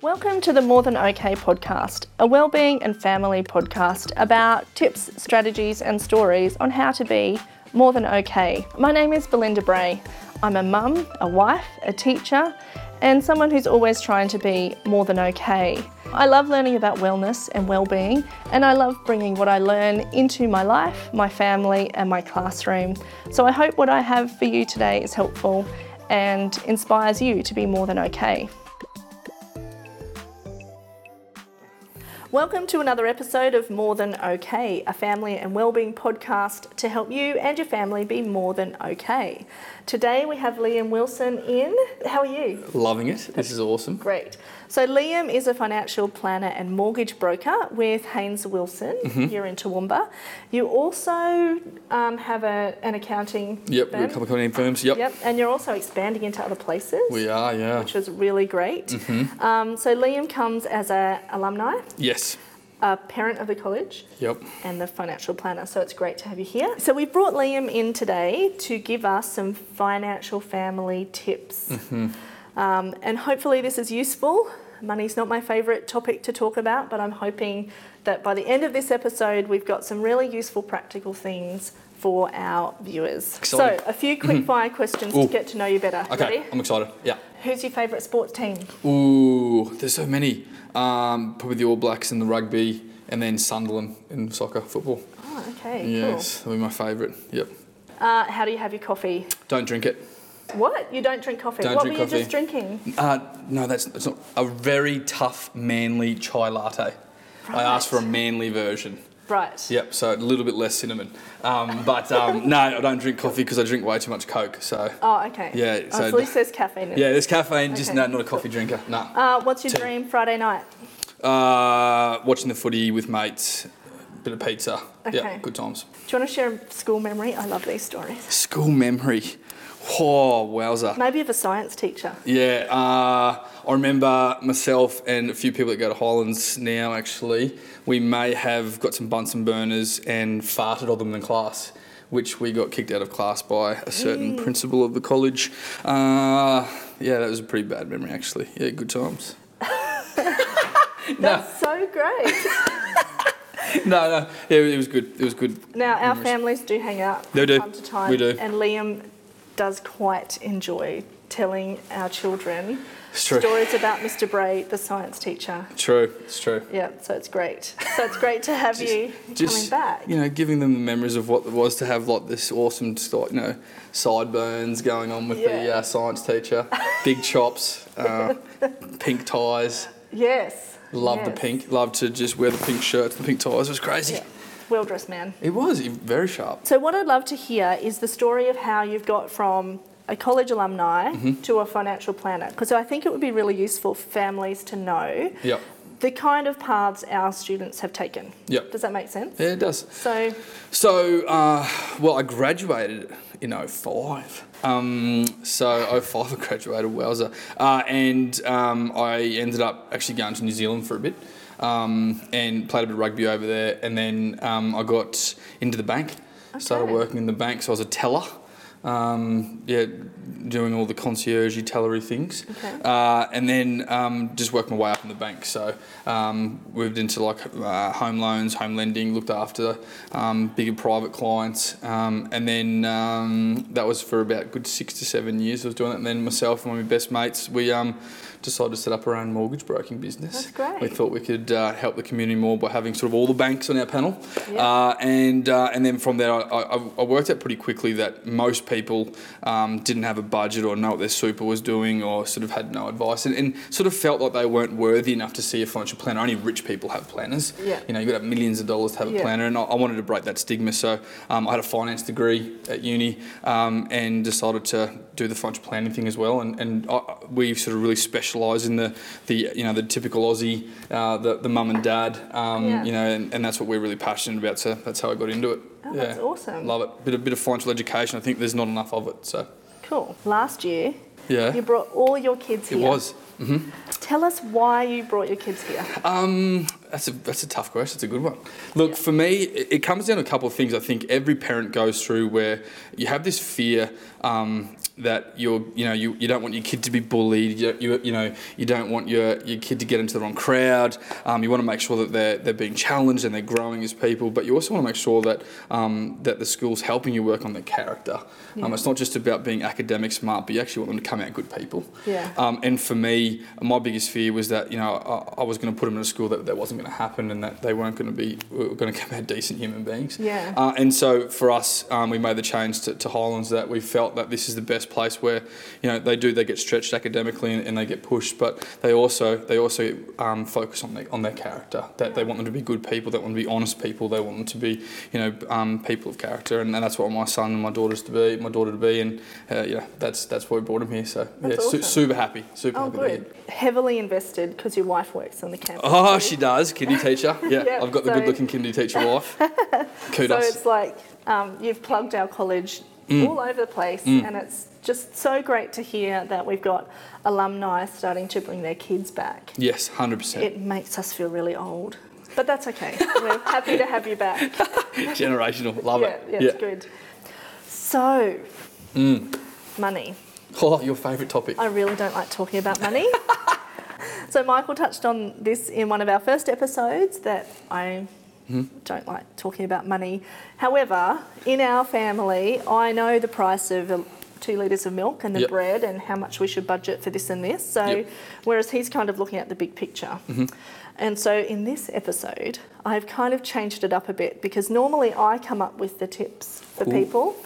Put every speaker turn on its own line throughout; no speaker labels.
Welcome to the More Than OK podcast, a wellbeing and family podcast about tips, strategies, and stories on how to be more than okay. My name is Belinda Bray. I'm a mum, a wife, a teacher, and someone who's always trying to be more than okay. I love learning about wellness and well-being, and I love bringing what I learn into my life, my family, and my classroom. So I hope what I have for you today is helpful and inspires you to be more than okay. Welcome to another episode of More Than Okay, a family and wellbeing podcast to help you and your family be more than okay. Today we have Liam Wilson in. How are you?
Loving it. This is awesome.
Great. So Liam is a financial planner and mortgage broker with Haynes Wilson.
Mm-hmm.
You're in Toowoomba. You also um, have a, an accounting.
Yep, we're a
firm.
couple of company firms. Yep.
Yep, and you're also expanding into other places.
We Mm-hmm. are, yeah.
which was really great. Um, so Liam comes as a alumni,
Yes.
a parent of the college,
Yep.
and the financial planner. So it's great to have you here. So we brought Liam in today to give us some financial family tips.
Mm-hmm.
Um, and hopefully, this is useful. Money's not my favourite topic to talk about, but I'm hoping that by the end of this episode, we've got some really useful practical things for our viewers.
Exciting.
So, a few quick fire questions
Mm-hmm. Ooh.
to get to know you better.
Okay,
Ready?
I'm excited. Yeah.
Who's your favourite sports team?
Ooh, there's so many. Um, probably the All Blacks and the rugby, and then Sunderland in soccer, football.
Oh, okay,
Yes, that'll be my favourite. Yep.
cool. Uh, how do you have your coffee?
Don't drink it.
What? You don't drink coffee?
Don't
what
drink
were you
coffee.
just drinking?
Uh, no, that's, that's not. A very tough, manly chai latte. I asked for a
Right.
manly version.
Right.
Yep, so a little bit less cinnamon. Um, but um, no, I don't drink coffee because I drink way too much Coke. So
Oh, okay.
Yeah,
Oh,
so-
at least there's caffeine. in it.
Yeah, there's caffeine, just
Okay,
no, not a coffee drinker. Nah.
Uh, what's your
Tea.
dream Friday night?
Uh, watching the footy with mates, bit of pizza.
Okay.
Yeah, good times.
Do you want to share a school memory? I love these stories.
School memory. Oh, wowza.
Maybe of a science teacher.
Yeah, uh, I remember myself and a few people that go to Highlands now, actually, we may have got some Bunsen burners and farted on them in class, which we got kicked out of class by a certain principal of the college. Uh, yeah, that was a pretty bad memory, actually. Yeah, good times. no,
So great.
no, no. Yeah, it was good. It was good.
now, our families do hang out from
They do.
time to time.
We do.
And Liam does quite enjoy telling our children
It's true.
stories about Mr. Bray, the science teacher.
True. It's true.
Yeah, so it's great. So it's great to have you coming back.
you know, giving them the memories of what it was to have like this awesome, st- you know, sideburns going on with the
Yeah.
uh, science teacher, big chops, uh, pink ties.
Yes.
Love the
yes.
pink. Love to just wear the pink shirts, the pink ties. It was crazy.
Yeah. Well dressed man.
It was it- very sharp.
So, what I'd love to hear is the story of how you've got from a college alumni
Mm-hmm.
to a financial planner, because I think it would be really useful for families to know
Yep.
the kind of paths our students have taken.
Yep.
Does that make sense?
Yeah, it does.
So,
So, uh, well, I graduated in 05. Um, so, 05 I graduated, wowza. Uh, and um, I ended up actually going to New Zealand for a bit um, and played a bit of rugby over there. And then um, I got into the bank, started
Okay.
working in the bank. So, I was a teller. Um, yeah, doing all the concierge tellery things.
Okay.
Uh, and then um, just worked my way up in the bank. So um, moved into like uh, home loans, home lending, looked after um, bigger private clients, um, and then um, that was for about a good six to seven years. I was doing that, and then myself and one of my best mates, we um, decided to set up our own mortgage broking business.
That's great.
We thought we could uh, help the community more by having sort of all the banks on our panel,
Yeah.
uh, and uh, and then from there, I, I, I worked out pretty quickly that most people um, didn't have a budget or know what their super was doing, or sort of had no advice, and, and sort of felt like they weren't worthy enough to see a financial planner. Only rich people have planners.
Yeah.
You know, you've got to have millions of dollars to have a
Yeah.
planner, and I, I wanted to break that stigma. So um, I had a finance degree at uni, um, and decided to do the financial planning thing as well. And, and I, we sort of really specialise in the, the you know the typical Aussie, uh, the the mum and dad. Um,
Yeah.
You know know, and, and that's what we're really passionate about. So that's how I got into it.
Oh, that's awesome.
Love it. Bit a bit of financial education. I think there's not enough of it. So
cool. Last year,
yeah,
you brought all your kids
it
here.
was.
Tell us why you brought your kids here.
Um, that's a that's a tough question. It's a good one. Look, for me, it, it comes down to a couple of things. I think every parent goes through where you have this fear. Um, that you're, you know, you, you don't want your kid to be bullied. You, you, you know, you don't want your, your kid to get into the wrong crowd. Um, you want to make sure that they're, they're being challenged and they're growing as people. But you also want to make sure that um, that the school's helping you work on their character. Um, it's not just about being academic smart, but you actually want them to come out good people.
Yeah.
Um, and for me, my biggest fear was that you know I, I was going to put them in a school that that wasn't going to happen and that they weren't going to be were going to come out decent human beings.
Yeah.
Uh, and so for us, um, we made the change to, to Highlands that we felt that this is the best place where, you know, they do they get stretched academically and, and they get pushed, but they also they also um, focus on their on their character. That they want them to be good people. They want them to be honest people. They want them to be, you know, um, people of character. And, and that's what my son and my daughter's to be, my daughter to be. And uh, you know, that's that's why we brought him here. So
That's
yeah, su-
awesome.
super happy, super
Oh,
happy. To be
good.
here.
Heavily invested because your wife works on the campus.
Oh,
too.
she does, kindy teacher. Yeah,
Yeah,
I've got the
so-
good-looking kindy teacher wife.
So
Kudos. Mm.
it's like um, you've plugged our college all over the place, and it's just so great to hear that we've got alumni starting to bring their kids back.
yes, hundred percent.
It makes us feel really old, but that's okay. We're happy to have you back.
Generational, love
Yeah,
it.
yeah, it's good. So,
Mm.
money.
Oh, your favourite topic.
I really don't like talking about money. so Michael touched on this in one of our first episodes that I
Hmm?
don't like talking about money. However, in our family, I know the price of uh, two litres of milk and the
Yep.
bread and how much we should budget for this and this. So,
Yep. Mm-hmm.
whereas he's kind of looking at the big picture. And so in this episode, I've kind of changed it up a bit because normally I come up with the tips for
Ooh. Mm-hmm.
people,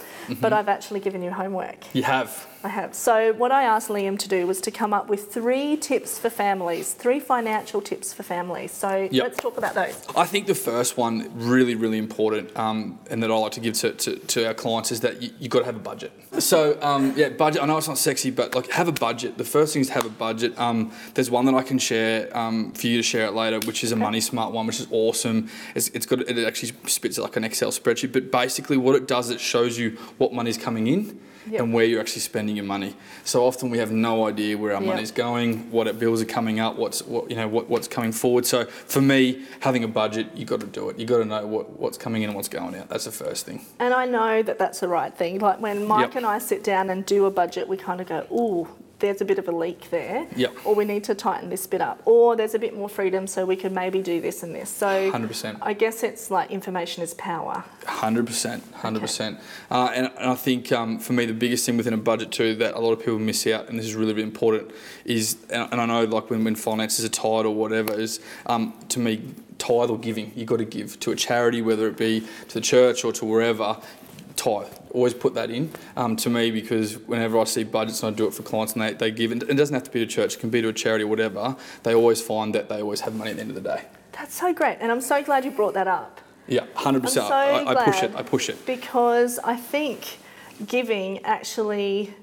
but I've actually given you homework.
You have.
I have. So, what I asked Liam to do was to come up with three tips for families, three financial tips for families. So,
Yep.
let's talk about those.
I think the first one, really, really important, um, and that I like to give to, to, to our clients is that you, you've got to have a budget. So, um, yeah, budget, I know it's not sexy, but like have a budget. The first thing is to have a budget. Um, there's one that I can share um, for you to share it later, which is a Money Smart one, which is awesome. It's, it's got, it actually spits like an Excel spreadsheet, but basically what it does, it shows you what money's coming in.
Yep.
And where you're actually spending your money. So often we have no idea where our
Yep.
money's going, what it- bills are coming up, what's what you know what, what's coming forward. So for me, having a budget, you got to do it. You got to know what, what's coming in and what's going out. That's the first thing.
And I know that that's the right thing. Like when Mike
Yep.
and I sit down and do a budget, we kind of go, ooh, there's a bit of a leak there.
Yep.
Or we need to tighten this bit up. Or there's a bit more freedom, so we could maybe do this and this. So,
100%.
I guess it's like information is power.
Hundred percent, hundred percent, Uh, and and I think um, for me the biggest thing within a budget too that a lot of people miss out, and this is really, really important, is and and I know like when, when finances are tied or whatever is um, to me tithe or giving. You got to give to a charity, whether it be to the church or to wherever. Tithe. Always put that in um, to me because whenever I see budgets and I do it for clients and they, they give, and it doesn't have to be to church, it can be to a charity or whatever, they always find that they always have money at the end of the day.
That's so great. And I'm so glad you brought that up.
Yeah, 100%.
I'm so
I, I push
glad.
it, I push it.
because I think giving actually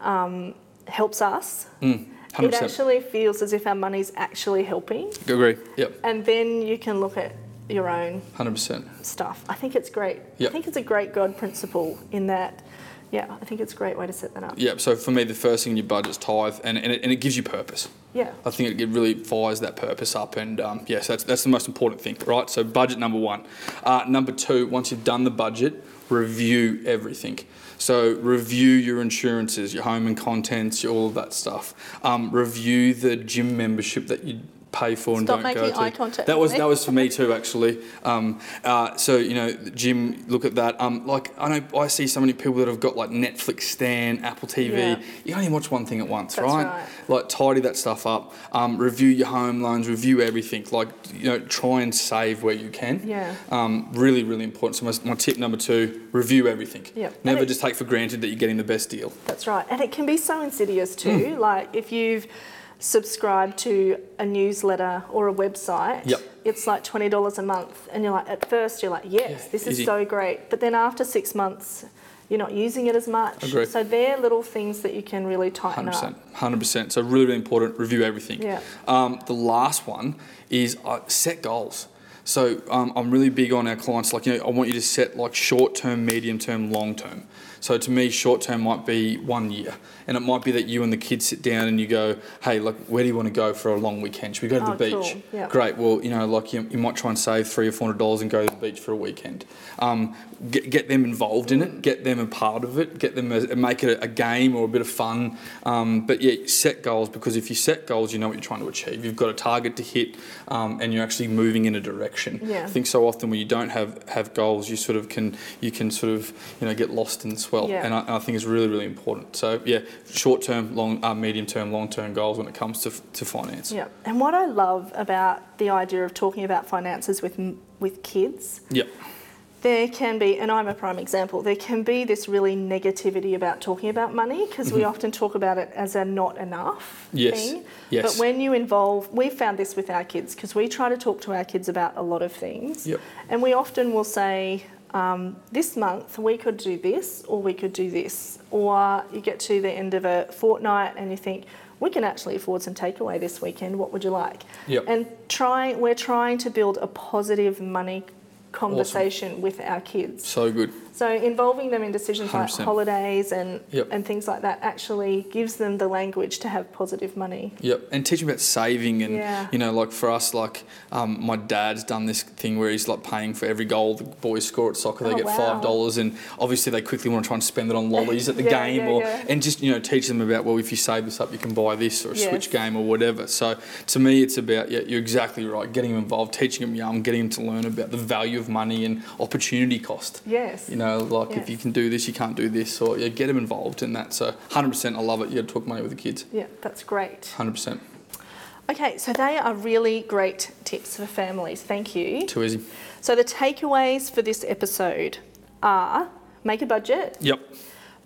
um, helps us.
Mm,
It
100%.
actually feels as if our money's actually helping,
Agree. Yep.
and then you can look at your own
Hundred percent.
stuff. I think it's great.
Yep.
I think it's a great God principle in that. Yeah, I think it's a great way to set that up.
Yeah. So for me, the first thing in your budget's tithe, and, and, it, and it gives you purpose.
Yeah.
I think it- it really fires that purpose up, and um, yes, that's that's the most important thing, right? So budget number one. Uh, number two, once you've done the budget, review everything. So review your insurances, your home and contents, your- all of that stuff. Um, review the gym membership that you pay for and
Stop
don't go
making
to.
eye contact
that
with
was
me.
that was for me too, actually. Um, uh, so you know, Jim, look at that. Um, like I know I see so many people that have got like Netflix, Stan, Apple TV.
Yeah.
You can only watch one thing at once,
That's
right?
right.
Like tidy that stuff up. Um, review your home loans. Review everything. Like you know, try and save where you can.
Yeah.
Um, really, really important. So my, my tip number two: review everything.
Yep. And
Never
it-
just take for granted that you're getting the best deal.
That's right. And it can be so insidious
Hmm.
too. Like if you've subscribed to a newsletter or a website,
Yep.
it's like $20 a month. And you're like, at first, you're like, yes,
Yeah,
this is
easy.
so great. But then after six months, you're not using it as much.
Agree.
So they're little things that you can really tighten
Hundred percent,
up.
hundred percent. So Um, really, really important. Review everything.
Yeah.
Um, the last one is uh, set goals. So um, I'm really big on our clients. Like, you know, I want you to set like short term, medium term, long term. So to me, short term might be one year, and it might be that you and the kids sit down and you go, "Hey, like, where do you want to go for a long weekend? Should we go to the
Oh, cool.
beach?
Yep.
Great. Well, you know, like you, you might try and save three or four hundred dollars and go to the beach for a weekend. Um, get, get them involved in it. Get them a part of it. Get them a, make it a, a game or a bit of fun. Um, but yeah, set goals because if you set goals, you know what you're trying to achieve. You've got a target to hit, um, and you're actually moving in a direction.
Yeah.
I think so often when you don't have, have goals, you sort of can you can sort of you know get lost in the swell,
Yeah.
and I, and I think it's really really important. So yeah, short term, long, uh, medium term, long term goals when it comes to, to finance.
Yeah, and what I love about the idea of talking about finances with m- with kids,
Yep.
there can be, and I'm a prime example. There can be this really negativity about talking about money because we often talk about it as a not enough
Mm-hmm. Yes,
thing.
yes.
But when you involve, we found this with our kids because we try to talk to our kids about a lot of things,
Yep.
and we often will say. Um, this month we could do this or we could do this or you get to the end of a fortnight and you think we can actually afford some takeaway this weekend what would you like
Yep.
and trying we're trying to build a positive money conversation with our kids
So good.
so involving them in decisions like
100%.
holidays and
Yep.
and things like that actually gives them the language to have positive money
Yep, and teaching about saving and
Yeah.
you know, like for us, like um, my dad's done this thing where he's like paying for every goal the boys score at soccer, they
Oh,
get
wow.
five dollars, and obviously they quickly want to try and spend it on lollies at the
Yeah,
game,
yeah,
or
yeah.
and just you know teach them about well, if you save this up, you can buy this or a
Yes.
switch game or whatever. So to me, it's about yeah, you're exactly right, getting them involved, teaching them young, getting them to learn about the value of money and opportunity cost.
yes
You know, like
Yes.
if you can do this, you can't do this, or yeah, get them involved in that. So 100%, I love it. You got to talk money with the kids.
yeah that's great
100%.
okay so they are really great tips for families thank you
Too easy.
so the takeaways for this episode are make a budget
Yep,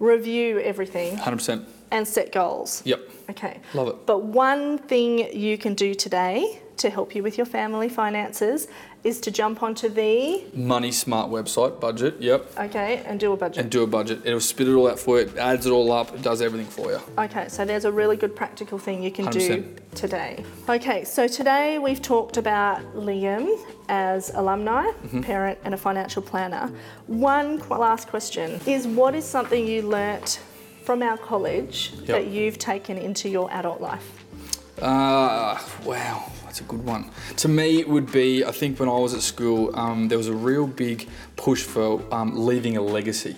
review everything
100%.
and set goals
Yep,
Okay.
Love it.
But one thing you can do today to help you with your family finances is to jump onto the
money smart website budget. Yep,
okay and do a budget.
and do a budget. It'll spit it all out for you. It adds it all up. It does everything for you.
Okay, so there's a really good practical thing you can do
100%.
today. Okay, so today we've talked about Liam as alumni, parent, and a financial planner. One qu- last question is what is something you learnt from our college
Yep.
that you've taken into your adult life?
Uh, wow, that's a good one. To me, it would be I think when I was at school, um, there was a real big push for um, leaving a legacy.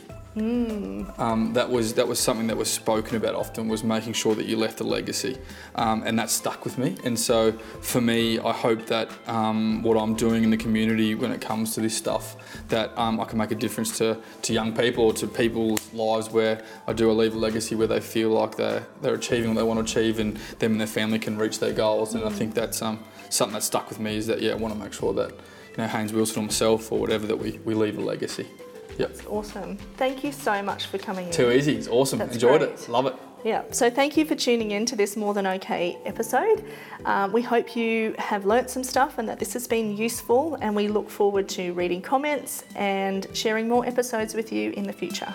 Um, that was that was something that was spoken about often was making sure that you left a legacy, um, and that stuck with me. And so for me, I hope that um, what I'm doing in the community when it comes to this stuff, that um, I can make a difference to, to young people or to people's lives where I do leave a legacy where they feel like they're they're achieving what they want to achieve, and them and their family can reach their goals. And I think that's um, something that stuck with me is that yeah, I want to make sure that you know Haynes Wilson or myself or whatever that we, we leave a legacy. Yep.
Awesome. Thank you so much for coming in.
Too easy. It's awesome.
That's
Enjoyed
great.
it. Love it.
Yeah, so thank you for tuning in to this More Than Okay episode. Um, we hope you have learnt some stuff and that this has been useful, and we look forward to reading comments and sharing more episodes with you in the future.